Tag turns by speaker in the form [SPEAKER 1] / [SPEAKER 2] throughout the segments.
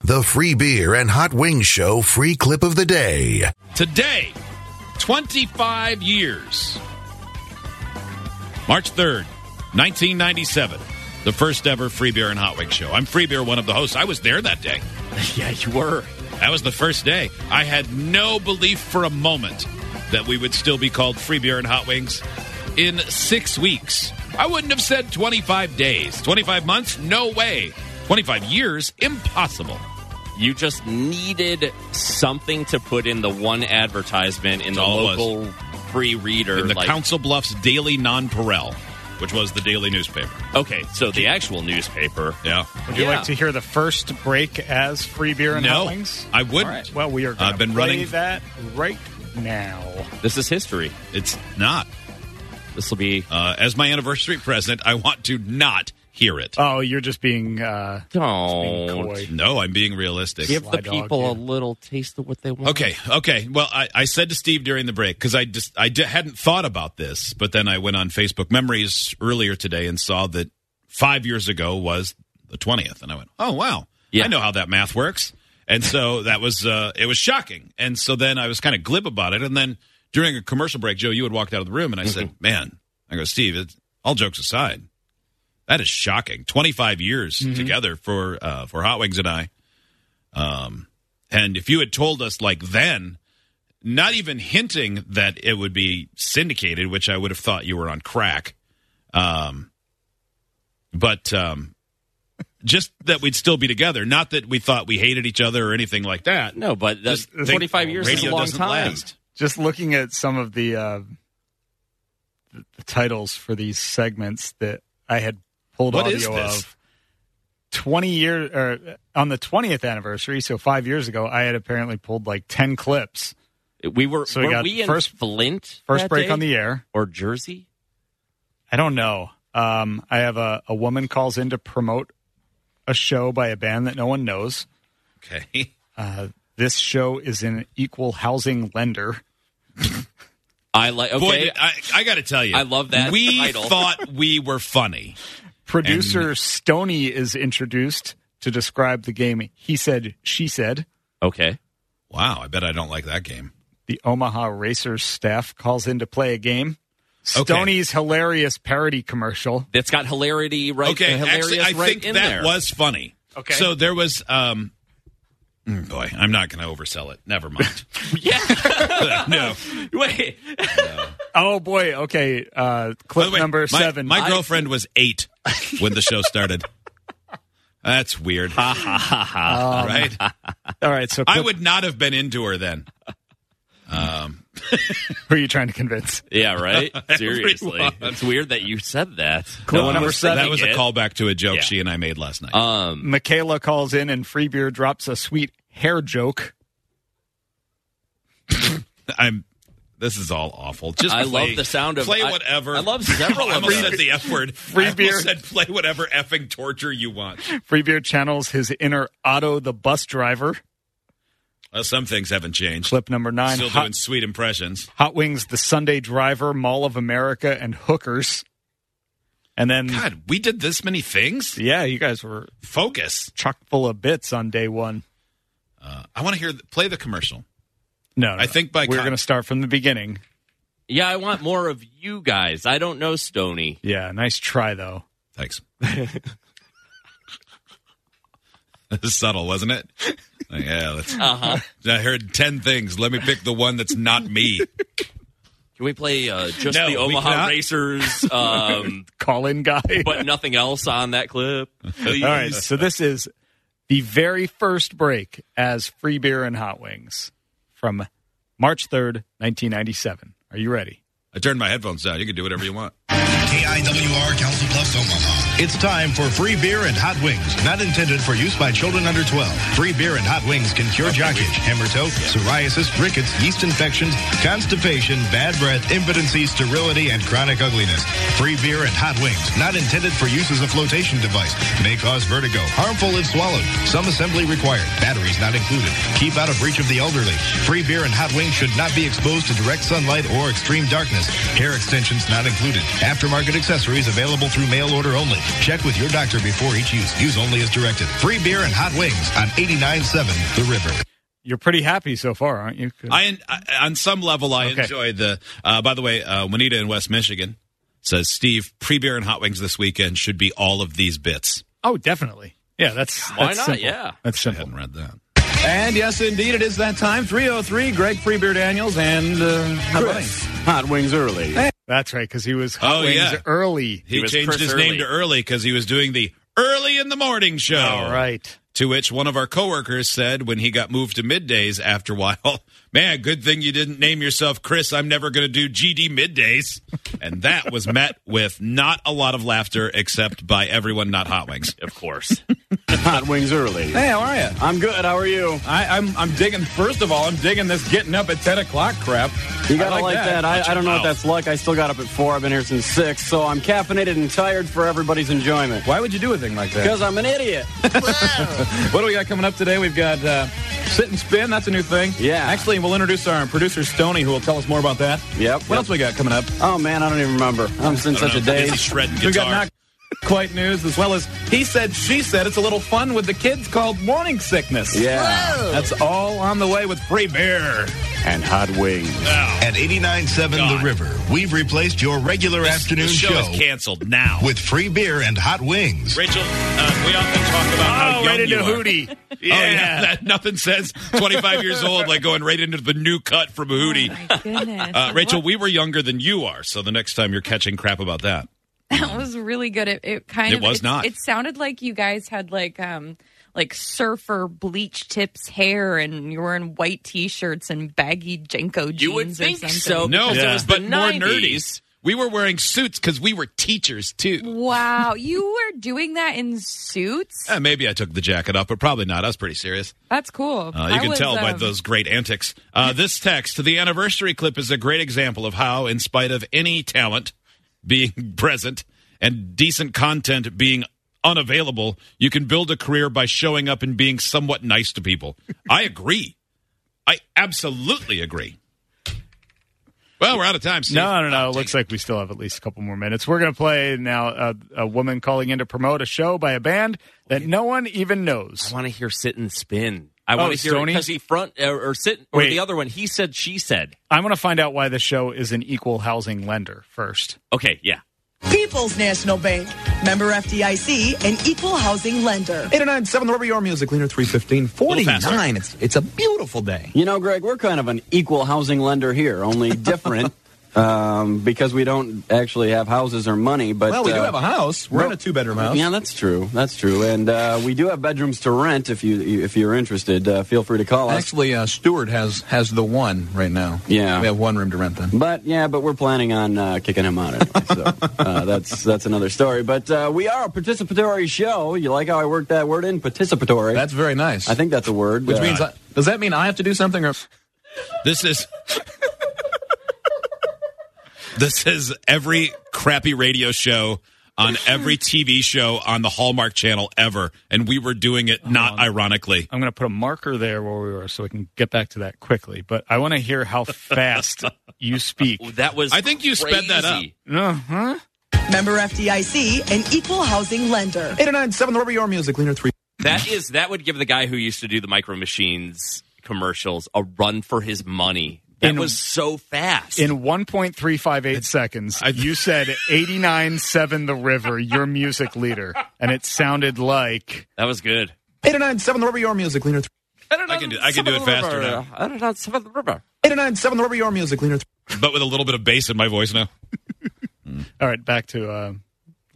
[SPEAKER 1] The free beer and hot wings show free clip of the day.
[SPEAKER 2] Today, 25 years. March 3rd, 1997. The first ever Free Beer and Hot Wings show. I'm Free Beer, one of the hosts. I was there that day.
[SPEAKER 3] Yeah, you were.
[SPEAKER 2] That was the first day. I had no belief for a moment that we would still be called Free Beer and Hot Wings in six weeks. I wouldn't have said 25 days. 25 months? No way. 25 years? Impossible.
[SPEAKER 3] You just needed something to put in the one advertisement in the
[SPEAKER 2] all it was.
[SPEAKER 3] local free reader.
[SPEAKER 2] In the
[SPEAKER 3] like-
[SPEAKER 2] Council Bluffs Daily Nonpareil, which was the daily newspaper.
[SPEAKER 3] Okay, so the actual newspaper.
[SPEAKER 2] Yeah.
[SPEAKER 4] Would you
[SPEAKER 3] Yeah.
[SPEAKER 4] like to hear the first break as free beer and
[SPEAKER 2] No,
[SPEAKER 4] hot wings?
[SPEAKER 2] I wouldn't.
[SPEAKER 4] All right. Well, we are. Gonna
[SPEAKER 2] I've been
[SPEAKER 4] play
[SPEAKER 2] running-
[SPEAKER 4] that right now.
[SPEAKER 3] This is history.
[SPEAKER 2] It's not.
[SPEAKER 3] This will be.
[SPEAKER 2] Uh, as my anniversary present, I want to not hear it.
[SPEAKER 4] Oh, you're just being uh, being
[SPEAKER 2] Oh,
[SPEAKER 3] Don't
[SPEAKER 4] coy.
[SPEAKER 2] no, I'm being realistic.
[SPEAKER 3] give the
[SPEAKER 4] Sly dog,
[SPEAKER 3] people
[SPEAKER 4] yeah.
[SPEAKER 3] a little taste of what they want.
[SPEAKER 2] Okay, okay. Well, I, I said to Steve during the break because I just I di- hadn't thought about this, but then I went on Facebook Memories earlier today and saw that five years ago was the twentieth, and I went, "Oh wow,
[SPEAKER 3] Yeah.
[SPEAKER 2] I know how that math works." And so that was uh, it was shocking, and so then I was kind of glib about it, and then during a commercial break, Joe, you had walked out of the room, and I said, "Man," I go, "Steve, it, all jokes aside, that is shocking. Twenty five years together for uh, for Hot Wings and I." Um, and if you had told us like then, not even hinting that it would be syndicated, which I would have thought you were on crack, um, but um, just that we'd still be together. Not that we thought we hated each other or anything like that.
[SPEAKER 3] No, but that's
[SPEAKER 2] Just think
[SPEAKER 3] 25 years is a
[SPEAKER 2] radio
[SPEAKER 3] long
[SPEAKER 2] doesn't
[SPEAKER 3] time.
[SPEAKER 2] last.
[SPEAKER 4] Just looking at some of the, uh, the the titles for these segments that I had pulled
[SPEAKER 2] What
[SPEAKER 4] audio
[SPEAKER 2] is this?
[SPEAKER 4] of. Twenty years, or on the twentieth anniversary, so five years ago, I had apparently pulled like ten clips.
[SPEAKER 3] We were.
[SPEAKER 4] So we
[SPEAKER 3] were we,
[SPEAKER 4] got
[SPEAKER 3] in
[SPEAKER 4] first-
[SPEAKER 3] Flint?
[SPEAKER 4] First
[SPEAKER 3] that
[SPEAKER 4] break
[SPEAKER 3] day?
[SPEAKER 4] on the air.
[SPEAKER 3] or Jersey?
[SPEAKER 4] I don't know. Um, I have a, a woman calls in to promote a show by a band that no one knows.
[SPEAKER 2] Okay.
[SPEAKER 4] Uh, this show is an equal housing lender.
[SPEAKER 3] I like. Okay.
[SPEAKER 2] Boy, I, I got to tell you,
[SPEAKER 3] I love that
[SPEAKER 2] We
[SPEAKER 3] title.
[SPEAKER 2] thought we were funny.
[SPEAKER 4] Producer Stony is introduced to describe the game. He said, she said.
[SPEAKER 3] okay.
[SPEAKER 2] Wow, I bet I don't like that game.
[SPEAKER 4] The Omaha Racers staff calls in to play a game.
[SPEAKER 2] Okay.
[SPEAKER 4] Stony's hilarious parody commercial.
[SPEAKER 3] That's got hilarity right.
[SPEAKER 2] Okay,
[SPEAKER 3] hilarious
[SPEAKER 2] actually, I
[SPEAKER 3] right
[SPEAKER 2] think
[SPEAKER 3] in
[SPEAKER 2] that
[SPEAKER 3] there.
[SPEAKER 2] was funny.
[SPEAKER 4] Okay.
[SPEAKER 2] So there was, um, mm, boy, I'm not going to oversell it. Never mind.
[SPEAKER 3] Yeah.
[SPEAKER 2] no.
[SPEAKER 3] Wait.
[SPEAKER 4] Oh boy, okay.
[SPEAKER 2] By
[SPEAKER 4] Uh,
[SPEAKER 2] the
[SPEAKER 4] clip
[SPEAKER 2] way,
[SPEAKER 4] number
[SPEAKER 2] my,
[SPEAKER 4] seven.
[SPEAKER 2] My
[SPEAKER 3] I-
[SPEAKER 2] girlfriend was eight when the show started. That's weird. right?
[SPEAKER 4] Um, All right, so
[SPEAKER 2] I
[SPEAKER 4] clip-
[SPEAKER 2] would not have been into her then. Um,
[SPEAKER 4] who are you trying to convince?
[SPEAKER 3] Yeah, right? Seriously.
[SPEAKER 2] Everyone.
[SPEAKER 3] It's weird that you said that.
[SPEAKER 4] Clip
[SPEAKER 3] one
[SPEAKER 4] number
[SPEAKER 3] was
[SPEAKER 4] seven. Uh,
[SPEAKER 2] that was a
[SPEAKER 3] it.
[SPEAKER 2] callback to a joke
[SPEAKER 3] Yeah.
[SPEAKER 2] she and I made last night.
[SPEAKER 3] Um,
[SPEAKER 4] Michaela calls in and Freebeer drops a sweet hair joke.
[SPEAKER 2] I'm. This is all awful. Just
[SPEAKER 3] I
[SPEAKER 2] play-
[SPEAKER 3] love the sound of
[SPEAKER 2] play
[SPEAKER 3] I-
[SPEAKER 2] whatever.
[SPEAKER 3] I love several
[SPEAKER 2] I
[SPEAKER 3] of
[SPEAKER 2] almost
[SPEAKER 3] them.
[SPEAKER 2] said the F word.
[SPEAKER 4] Free
[SPEAKER 2] I almost
[SPEAKER 4] beer.
[SPEAKER 2] said play whatever effing torture you want.
[SPEAKER 4] Freebeer channels his inner Otto the bus driver.
[SPEAKER 2] Well, some things haven't changed.
[SPEAKER 4] Clip number nine.
[SPEAKER 2] Still doing
[SPEAKER 4] Hot,
[SPEAKER 2] sweet impressions.
[SPEAKER 4] Hot Wings, the Sunday driver, Mall of America, and hookers. And then,
[SPEAKER 2] God, we did this many things.
[SPEAKER 4] yeah, you guys were
[SPEAKER 2] Focus.
[SPEAKER 4] chock full of bits on day one.
[SPEAKER 2] Uh, I want to hear. Play the commercial.
[SPEAKER 4] No, no
[SPEAKER 2] I think by
[SPEAKER 4] we're
[SPEAKER 2] con-
[SPEAKER 4] going to start from the beginning.
[SPEAKER 3] yeah, I want more of you guys. I don't know Stony.
[SPEAKER 4] Yeah, nice try though.
[SPEAKER 2] Thanks. Subtle, wasn't it? Like, yeah, that's.
[SPEAKER 3] Uh-huh.
[SPEAKER 2] I heard ten things. Let me pick the one that's not me.
[SPEAKER 3] Can we play uh, just
[SPEAKER 2] No,
[SPEAKER 3] the
[SPEAKER 2] we
[SPEAKER 3] Omaha
[SPEAKER 2] cannot.
[SPEAKER 3] Racers, um,
[SPEAKER 4] Call in guy.
[SPEAKER 3] but nothing else on that clip? Please.
[SPEAKER 4] All right, so this is the very first break as Free Beer and Hot Wings from March 3rd, 1997. Are you ready?
[SPEAKER 2] I turned my headphones down. You can do whatever you want.
[SPEAKER 5] KIWR Council Bluffs, Omaha. It's time for free beer and hot wings, not intended for use by children under 12. Free beer and hot wings can cure jock itch, hammer toe, psoriasis, rickets, yeast infections, constipation, bad breath, impotency, sterility, and chronic ugliness. Free beer and hot wings, not intended for use as a flotation device, may cause vertigo, harmful if swallowed, some assembly required, batteries not included. Keep out of reach of the elderly. Free beer and hot wings should not be exposed to direct sunlight or extreme darkness. Hair extensions not included. Aftermarket accessories available through mail order only. Check with your doctor before each use. Use only as directed. Free beer and hot wings on 89.7 The River.
[SPEAKER 4] You're pretty happy so far, aren't you? 'Cause-
[SPEAKER 2] I, I on some level I
[SPEAKER 4] Okay.
[SPEAKER 2] enjoy the. Uh, by the way, uh, Juanita in West Michigan says Steve pre beer and hot wings this weekend should be all of these bits.
[SPEAKER 4] oh, definitely. Yeah, that's
[SPEAKER 3] Why
[SPEAKER 4] that's
[SPEAKER 3] not?
[SPEAKER 4] Simple.
[SPEAKER 3] Yeah.
[SPEAKER 4] that's
[SPEAKER 2] I
[SPEAKER 4] simple.
[SPEAKER 2] hadn't read that.
[SPEAKER 6] And yes, indeed, it is that time. 303, Greg Freebeer Daniels and uh, Chris.
[SPEAKER 7] Hot wings early.
[SPEAKER 4] That's right, because he was
[SPEAKER 2] Oh,
[SPEAKER 4] hot wings
[SPEAKER 2] yeah.
[SPEAKER 4] early.
[SPEAKER 2] He,
[SPEAKER 3] He was
[SPEAKER 2] changed
[SPEAKER 3] Chris
[SPEAKER 2] his name
[SPEAKER 3] Early.
[SPEAKER 2] to Early because he was doing the early in the morning show.
[SPEAKER 4] All right.
[SPEAKER 2] To which one of our coworkers said when he got moved to middays after a while, man, good thing you didn't name yourself Chris. I'm never going to do GD middays. And that was met with not a lot of laughter except by everyone not Hot Wings.
[SPEAKER 3] Of course.
[SPEAKER 7] Hot wings early.
[SPEAKER 6] Hey, how are you?
[SPEAKER 7] I'm good. How are you?
[SPEAKER 6] I, I'm, I'm digging, first of all, I'm digging this getting up at 10 o'clock crap.
[SPEAKER 7] You gotta like, that. I, I don't know if that's luck. I still got up at four. I've been here since six, so I'm caffeinated and tired for everybody's enjoyment.
[SPEAKER 6] Why would you do a thing like that?
[SPEAKER 7] Because I'm an idiot.
[SPEAKER 6] What do we got coming up today? We've got uh, Sit and Spin. That's a new thing.
[SPEAKER 7] Yeah.
[SPEAKER 6] Actually, we'll introduce our producer, Stony, who will tell us more about that.
[SPEAKER 7] Yep.
[SPEAKER 6] What else we got coming up?
[SPEAKER 7] Oh man, I don't even remember. I'm in such a
[SPEAKER 2] day.
[SPEAKER 7] daze.
[SPEAKER 2] shredding
[SPEAKER 6] We've got
[SPEAKER 2] guitar.
[SPEAKER 6] not quite news, as well as He Said, She Said. It's a little fun with the kids called Morning Sickness.
[SPEAKER 7] Yeah.
[SPEAKER 6] That's all on the way with Free Bear.
[SPEAKER 7] And hot wings.
[SPEAKER 5] At 89.7
[SPEAKER 2] God.
[SPEAKER 5] The River, we've replaced your regular afternoon
[SPEAKER 2] This show,
[SPEAKER 5] show,
[SPEAKER 2] is canceled now.
[SPEAKER 5] with free beer and hot wings.
[SPEAKER 2] Rachel, uh, we often talk about how
[SPEAKER 4] Oh,
[SPEAKER 2] young
[SPEAKER 4] right
[SPEAKER 2] you
[SPEAKER 4] into
[SPEAKER 2] are.
[SPEAKER 4] Hootie.
[SPEAKER 2] Yeah. Oh, yeah, that nothing says 25 years old like going right into the new cut from
[SPEAKER 3] Oh,
[SPEAKER 2] Hootie.
[SPEAKER 8] Oh, my goodness.
[SPEAKER 2] Uh, Rachel, we were younger than you are, so the next time you're catching crap about that.
[SPEAKER 8] that was really good. It, it kind
[SPEAKER 2] It
[SPEAKER 8] of
[SPEAKER 2] was not.
[SPEAKER 8] It sounded like you guys had like um like surfer bleach tips hair, and you were in white t-shirts and baggy Jenko jeans.
[SPEAKER 3] You would think
[SPEAKER 8] or something.
[SPEAKER 3] Oh, so.
[SPEAKER 2] No,
[SPEAKER 3] because it was
[SPEAKER 2] but
[SPEAKER 3] the
[SPEAKER 2] more
[SPEAKER 3] 90s.
[SPEAKER 2] nerdy. We were wearing suits because we were teachers too.
[SPEAKER 8] Wow, you were doing that in suits.
[SPEAKER 2] Uh, maybe I took the jacket off, but probably not. I was pretty serious.
[SPEAKER 8] That's cool.
[SPEAKER 2] Uh, you
[SPEAKER 8] I
[SPEAKER 2] can
[SPEAKER 8] was,
[SPEAKER 2] tell by
[SPEAKER 8] um,
[SPEAKER 2] those great antics. Uh, this text, the anniversary clip, is a great example of how, in spite of any talent being present and decent content being unavailable, you can build a career by showing up and being somewhat nice to people. I agree. I absolutely agree. Well, we're out of time. Steve.
[SPEAKER 4] No, no, no. It looks like we still have at least a couple more minutes. We're going to play now a, a woman calling in to promote a show by a band that no one even knows.
[SPEAKER 3] I want to hear sit and spin. I
[SPEAKER 4] Oh,
[SPEAKER 3] want to hear
[SPEAKER 4] Stoney?
[SPEAKER 3] because he front uh, or, or sit or
[SPEAKER 4] Wait.
[SPEAKER 3] the other one. He said, she said.
[SPEAKER 4] I want to find out why the show is an equal housing lender first.
[SPEAKER 3] Okay, yeah.
[SPEAKER 9] People's National Bank, member FDIC, and equal housing lender.
[SPEAKER 6] 897, oh wherever you are, music leader 315.
[SPEAKER 2] faster.
[SPEAKER 6] 49. It's, it's a beautiful day.
[SPEAKER 7] You know, Greg, we're kind of an equal housing lender here, only different um, because we don't actually have houses or money. But
[SPEAKER 6] Well, we do
[SPEAKER 7] uh,
[SPEAKER 6] have a house. We're in a two bedroom house.
[SPEAKER 7] Yeah, that's true. That's true, and uh, we do have bedrooms to rent. If you if you're interested, uh, feel free to call us.
[SPEAKER 6] Actually, uh, Stewart has has the one right now.
[SPEAKER 7] Yeah.
[SPEAKER 6] we have one room to rent then.
[SPEAKER 7] But yeah, but we're planning on uh, kicking him out anyway, so uh, that's that's another story. But uh, we are a participatory show. You like how I worked that word in participatory?
[SPEAKER 6] That's very nice.
[SPEAKER 7] I think that's a word.
[SPEAKER 6] which
[SPEAKER 7] Uh,
[SPEAKER 6] means I, does that mean I have to do something or?
[SPEAKER 2] This is This is every crappy radio show on every TV show on the Hallmark channel ever and we were doing it
[SPEAKER 6] Uh-huh.
[SPEAKER 2] not ironically.
[SPEAKER 4] I'm going to put a marker there where we were so we can get back to that quickly. But I want to hear how fast you speak.
[SPEAKER 2] Oh.
[SPEAKER 3] That was.
[SPEAKER 2] I think you sped that
[SPEAKER 3] crazy.
[SPEAKER 4] Uh-huh.
[SPEAKER 9] Member FDIC, and equal housing lender.
[SPEAKER 6] 897, wherever you are, music leader 3.
[SPEAKER 3] That is that would give the guy who used to do the micro machines commercials a run for his money. That
[SPEAKER 4] In-
[SPEAKER 3] was so fast.
[SPEAKER 4] In 1.358 seconds, you said 89.7 The River, your music leader. And it sounded like
[SPEAKER 3] that was good.
[SPEAKER 6] 897, wherever you are, music leader 3.
[SPEAKER 2] I can do I can do it faster now,
[SPEAKER 3] I don't know. Some of the river.
[SPEAKER 6] oh 897, wherever you are, music leader 3.
[SPEAKER 2] but with a little bit of bass in my voice now.
[SPEAKER 4] All right, back to uh,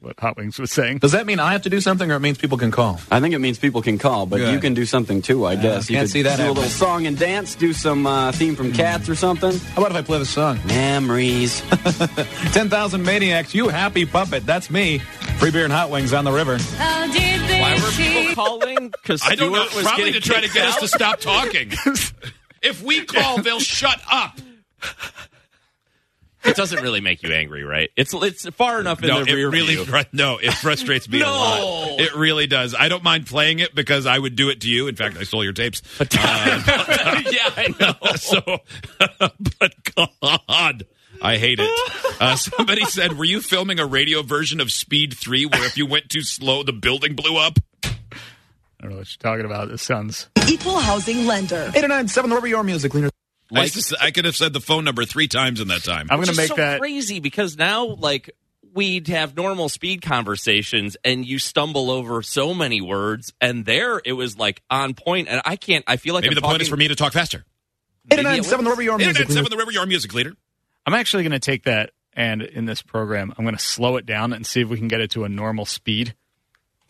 [SPEAKER 4] what Hot Wings was saying.
[SPEAKER 6] Does that mean I have to do something or it means people can call?
[SPEAKER 7] I think it means people can call, but
[SPEAKER 6] Good.
[SPEAKER 7] you can do something too. I guess you
[SPEAKER 6] can't
[SPEAKER 7] could
[SPEAKER 6] see that
[SPEAKER 7] do a little
[SPEAKER 6] happening.
[SPEAKER 7] song and dance, do some uh, theme from Cats or something.
[SPEAKER 6] How about if I play the song?
[SPEAKER 7] Memories.
[SPEAKER 6] 10,000 Maniacs, you happy puppet. That's me. Free beer and hot wings on the river.
[SPEAKER 3] Why were people calling? Because
[SPEAKER 2] I don't know,
[SPEAKER 3] was
[SPEAKER 2] probably to
[SPEAKER 3] getting
[SPEAKER 2] try to
[SPEAKER 3] kicked
[SPEAKER 2] get us
[SPEAKER 3] out.
[SPEAKER 2] to stop talking. if we call, they'll shut up.
[SPEAKER 3] It doesn't really make you angry, right? It's it's far enough in
[SPEAKER 2] No,
[SPEAKER 3] the
[SPEAKER 2] it
[SPEAKER 3] rear
[SPEAKER 2] really
[SPEAKER 3] view.
[SPEAKER 2] fr- no, it frustrates me a lot. It really does. I don't mind playing it because I would do it to you. In fact, I stole your tapes.
[SPEAKER 3] yeah, I know.
[SPEAKER 2] so, but God, I hate it. Uh, somebody said, "Were you filming a radio version of Speed Three, where if you went too slow, the building blew up?"
[SPEAKER 4] I don't know what you're talking about. This sounds.
[SPEAKER 9] Equal housing lender.
[SPEAKER 6] 809-7, wherever your music, leader.
[SPEAKER 2] I, s- I could have said the phone number three times in that time.
[SPEAKER 4] I'm
[SPEAKER 3] Which
[SPEAKER 4] going to
[SPEAKER 3] is so
[SPEAKER 4] make that.
[SPEAKER 3] crazy because now like we'd have normal speed conversations and you stumble over so many words and there it was like on point and I can't I feel like
[SPEAKER 2] Maybe the
[SPEAKER 3] I'm
[SPEAKER 2] point is for
[SPEAKER 3] talking-
[SPEAKER 2] me to talk faster.
[SPEAKER 3] Maybe it
[SPEAKER 6] 809-7,
[SPEAKER 3] was.
[SPEAKER 6] wherever your music,
[SPEAKER 2] Internet
[SPEAKER 6] leader.
[SPEAKER 2] seven, the river, your music leader.
[SPEAKER 4] I'm actually going to take that and in this program, I'm going to slow it down and see if we can get it to a normal speed.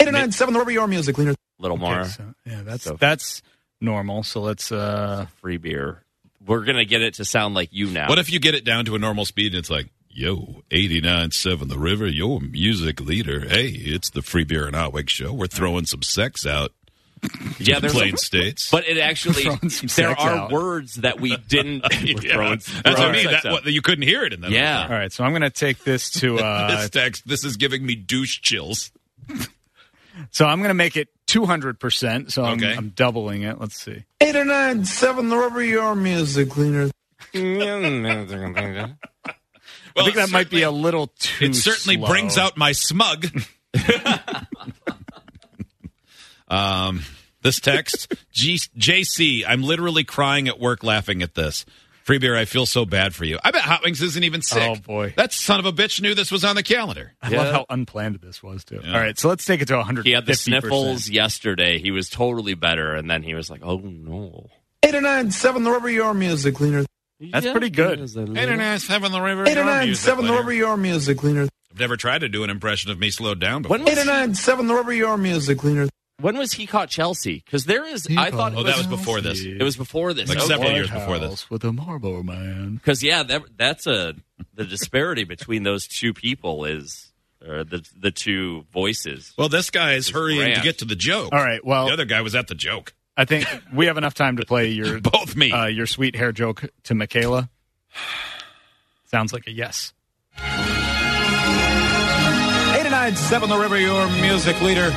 [SPEAKER 6] 809-7, wherever your music, leader.
[SPEAKER 3] little more
[SPEAKER 4] Okay, so, yeah, that's
[SPEAKER 3] So-
[SPEAKER 4] that's normal. So let's. uh
[SPEAKER 3] free beer. We're gonna get it to sound like you now.
[SPEAKER 2] What if you get it down to a normal speed and it's like, yo, 89.7 The River, your music leader. Hey, it's the Free Beer and Hot Wings show. We're throwing some sex out
[SPEAKER 3] yeah,
[SPEAKER 2] in the
[SPEAKER 3] there's
[SPEAKER 2] plain states.
[SPEAKER 3] but it actually
[SPEAKER 4] Throwing some
[SPEAKER 3] there
[SPEAKER 4] sex
[SPEAKER 3] are
[SPEAKER 4] out.
[SPEAKER 3] words that we didn't
[SPEAKER 2] Yeah,
[SPEAKER 3] throwing-
[SPEAKER 2] that's
[SPEAKER 3] throwing
[SPEAKER 2] what I mean.
[SPEAKER 3] sex
[SPEAKER 2] That,
[SPEAKER 3] out.
[SPEAKER 2] what, you couldn't hear it in that.
[SPEAKER 3] yeah.
[SPEAKER 4] All right, so I'm going to take this to. uh
[SPEAKER 2] this text, this is giving me douche chills.
[SPEAKER 4] So I'm going to make it 200. percent So I'm,
[SPEAKER 2] Okay.
[SPEAKER 4] I'm doubling it. Let's see.
[SPEAKER 6] 809-7, wherever your music, leader.
[SPEAKER 2] Well,
[SPEAKER 4] I think that
[SPEAKER 2] it
[SPEAKER 4] might be a
[SPEAKER 2] certainly-
[SPEAKER 4] little too.
[SPEAKER 2] It certainly
[SPEAKER 4] slow.
[SPEAKER 2] brings out my smug. um, this text, G- JC, I'm literally crying at work laughing at this. Free beer, I feel so bad for you. I bet Hot Wings isn't even sick.
[SPEAKER 4] Oh, boy.
[SPEAKER 2] That son of a bitch knew this was on the calendar.
[SPEAKER 4] I
[SPEAKER 3] Yeah.
[SPEAKER 4] love how unplanned this was too. All right, so let's take it to 100.
[SPEAKER 3] He had the sniffles yesterday. He was totally better, and then he was like, "Oh no,
[SPEAKER 6] 809-7, wherever your music, leader.
[SPEAKER 4] That's pretty good.
[SPEAKER 2] Internet seven the river.
[SPEAKER 6] your music, leader.
[SPEAKER 2] I've never tried to do an impression of me slowed down. Before.
[SPEAKER 3] When was he,
[SPEAKER 6] 809-7, wherever your music, leader.
[SPEAKER 3] when was he caught Chelsea? Because there is, I thought
[SPEAKER 2] Oh,
[SPEAKER 3] it
[SPEAKER 2] that
[SPEAKER 3] was,
[SPEAKER 2] was before this.
[SPEAKER 3] it was before this.
[SPEAKER 2] Like
[SPEAKER 3] Okay.
[SPEAKER 2] several years before this.
[SPEAKER 4] with a Marlboro man.
[SPEAKER 3] Because yeah, that, that's a the disparity between those two people is or the the two voices.
[SPEAKER 2] Well, this guy is hurrying to
[SPEAKER 3] rant.
[SPEAKER 2] get to the joke.
[SPEAKER 4] All right, well,
[SPEAKER 2] The other guy was at the joke.
[SPEAKER 4] I think we have enough time to play your
[SPEAKER 2] Both me.
[SPEAKER 4] uh, your sweet hair joke to Michaela. Sounds like a yes.
[SPEAKER 6] 897 The River, your music leader.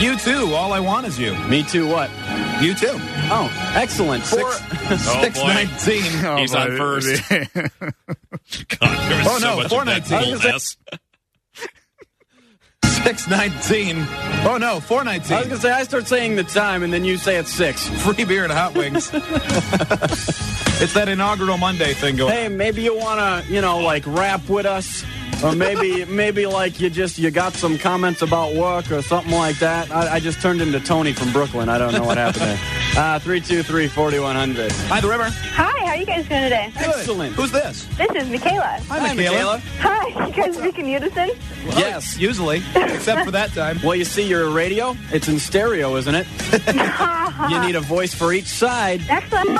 [SPEAKER 6] You too, all I want is you.
[SPEAKER 7] Me too. What?
[SPEAKER 6] You too.
[SPEAKER 7] Oh, excellent. Six.
[SPEAKER 2] oh boy!
[SPEAKER 6] 619.
[SPEAKER 3] He's on first.
[SPEAKER 2] God, there was
[SPEAKER 6] Oh,
[SPEAKER 2] so
[SPEAKER 6] no,
[SPEAKER 2] much of that
[SPEAKER 6] 419.
[SPEAKER 2] bull ass.
[SPEAKER 6] 619. Oh no,
[SPEAKER 7] I was
[SPEAKER 6] 419.
[SPEAKER 7] gonna say I start saying the time, and then you say it's six.
[SPEAKER 6] Free beer and hot wings. it's that inaugural Monday thing going
[SPEAKER 7] Hey, maybe you wanna, you know, like rap with us, or maybe maybe like you just you got some comments about work or something like that. I, I just turned into Tony from Brooklyn. I don't know what happened there. Uh, three two three forty one hundred.
[SPEAKER 6] Hi, The River.
[SPEAKER 10] Hi, how are you guys doing today?
[SPEAKER 7] Excellent.
[SPEAKER 6] Who's this?
[SPEAKER 10] This is Michaela.
[SPEAKER 7] Hi, Michaela.
[SPEAKER 10] Hi, you guys speak in unison?
[SPEAKER 7] Yes.
[SPEAKER 6] Usually, except for that time.
[SPEAKER 7] Well, you see, your radio, it's in stereo, isn't it? you need a voice for each side.
[SPEAKER 10] Excellent.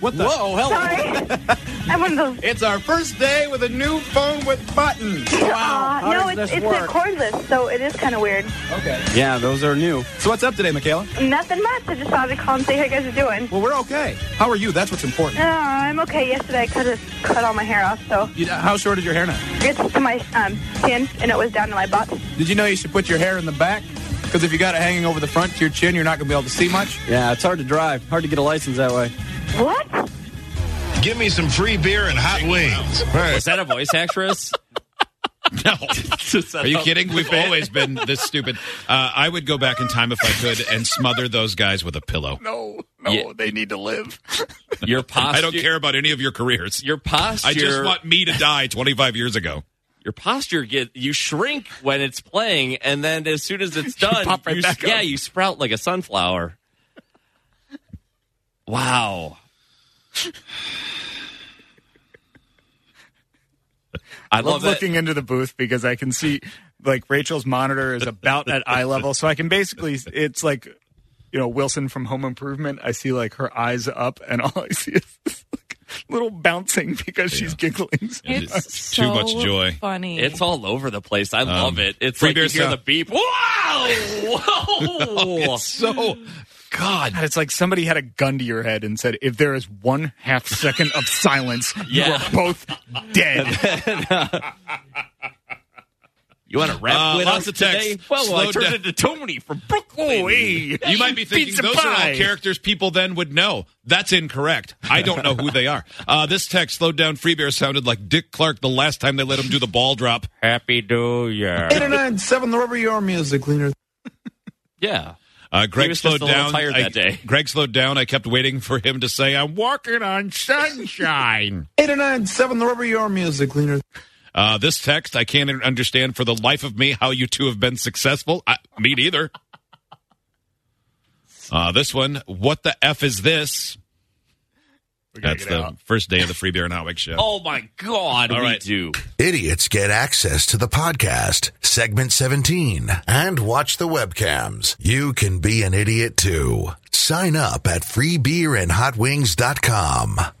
[SPEAKER 6] What the?
[SPEAKER 7] Whoa, hello.
[SPEAKER 10] Sorry. I'm one of those.
[SPEAKER 6] It's our first day with a new phone with buttons.
[SPEAKER 10] Wow.
[SPEAKER 7] how
[SPEAKER 10] Uh, no,
[SPEAKER 7] does
[SPEAKER 10] it's,
[SPEAKER 7] this
[SPEAKER 10] it's
[SPEAKER 7] work?
[SPEAKER 10] a cordless, so it is kind of weird.
[SPEAKER 6] Okay.
[SPEAKER 7] Yeah, those are new.
[SPEAKER 6] So what's up today, Michaela?
[SPEAKER 10] Nothing much. I just wanted to call and say how you guys are doing.
[SPEAKER 6] Well, we're okay. How are you? That's what's important.
[SPEAKER 10] Uh, I'm okay. Yesterday I could have cut all my hair off, so
[SPEAKER 6] You, how short is your hair now?
[SPEAKER 10] it's to my um, chin, and it was down to my butt.
[SPEAKER 6] Did you know you should put your hair in the back? Because if you got it hanging over the front to your chin, you're not going to be able to see much.
[SPEAKER 7] Yeah, it's hard to drive. Hard to get a license that way.
[SPEAKER 10] What?
[SPEAKER 5] Give me some free beer and hot wings.
[SPEAKER 3] Was that a voice actress?
[SPEAKER 2] No. Are you kidding? We've always been this stupid. Uh, I would go back in time if I could and smother those guys with a pillow.
[SPEAKER 4] No, no,
[SPEAKER 3] Yeah.
[SPEAKER 4] they need to live.
[SPEAKER 3] Your posture.
[SPEAKER 2] I don't care about any of your careers.
[SPEAKER 3] Your posture.
[SPEAKER 2] I just want me to die 25 years ago.
[SPEAKER 3] your posture get you shrink when it's playing, and then as soon as it's done,
[SPEAKER 4] pop right
[SPEAKER 3] you-
[SPEAKER 4] back up.
[SPEAKER 3] yeah, you sprout like a sunflower. Wow. I
[SPEAKER 4] love
[SPEAKER 3] love that.
[SPEAKER 4] looking into the booth because I can see like Rachel's monitor is about at eye level, so I can basically it's like you know Wilson from Home Improvement. I see like her eyes up, and all I see is this, like, little bouncing because she's giggling. so
[SPEAKER 2] It's
[SPEAKER 4] much.
[SPEAKER 8] It's
[SPEAKER 2] too
[SPEAKER 8] so
[SPEAKER 2] much joy.
[SPEAKER 8] Funny.
[SPEAKER 3] It's all over the place. I love it. It's
[SPEAKER 2] Um, Free
[SPEAKER 3] like you
[SPEAKER 2] beer
[SPEAKER 3] hear
[SPEAKER 2] sound.
[SPEAKER 3] the beep. Wow! Whoa!
[SPEAKER 2] So, God.
[SPEAKER 4] God, it's like somebody had a gun to your head and said, "If there is one half second of silence, you
[SPEAKER 3] Yeah.
[SPEAKER 4] are both dead."
[SPEAKER 3] You want to rap
[SPEAKER 2] Uh,
[SPEAKER 3] with
[SPEAKER 2] lots
[SPEAKER 3] us
[SPEAKER 2] of text.
[SPEAKER 3] today? Well,
[SPEAKER 2] Slow
[SPEAKER 3] I turned
[SPEAKER 2] down.
[SPEAKER 3] into Tony from Brooklyn.
[SPEAKER 2] You might be thinking
[SPEAKER 3] Pizza
[SPEAKER 2] those are
[SPEAKER 3] pie.
[SPEAKER 2] all characters people then would know. That's incorrect. I don't know who they are. Uh, this text slowed down. Free Bear sounded like Dick Clark the last time they let him do the ball drop.
[SPEAKER 3] Happy New Year.
[SPEAKER 6] Eight or nine, seven, the rubber your music cleaner.
[SPEAKER 3] Yeah.
[SPEAKER 2] Uh, Greg
[SPEAKER 3] He was just
[SPEAKER 2] slowed
[SPEAKER 3] a little
[SPEAKER 2] down.
[SPEAKER 3] tired
[SPEAKER 2] I-
[SPEAKER 3] that day.
[SPEAKER 2] Greg slowed down. I kept waiting for him to say, "I'm walking on sunshine."
[SPEAKER 6] Eight or nine, seven, the rubber your music cleaner.
[SPEAKER 2] uh, this text, I can't understand for the life of me how you two have been successful. I, me neither. Uh, this one, what the f is this? That's the first day of the Free Beer and Hot Wings show.
[SPEAKER 3] Oh my God,
[SPEAKER 2] All
[SPEAKER 3] we
[SPEAKER 2] right.
[SPEAKER 3] do.
[SPEAKER 1] Idiots get access to the podcast, segment 17, and watch the webcams. You can be an idiot too. Sign up at freebeerandhotwings.com.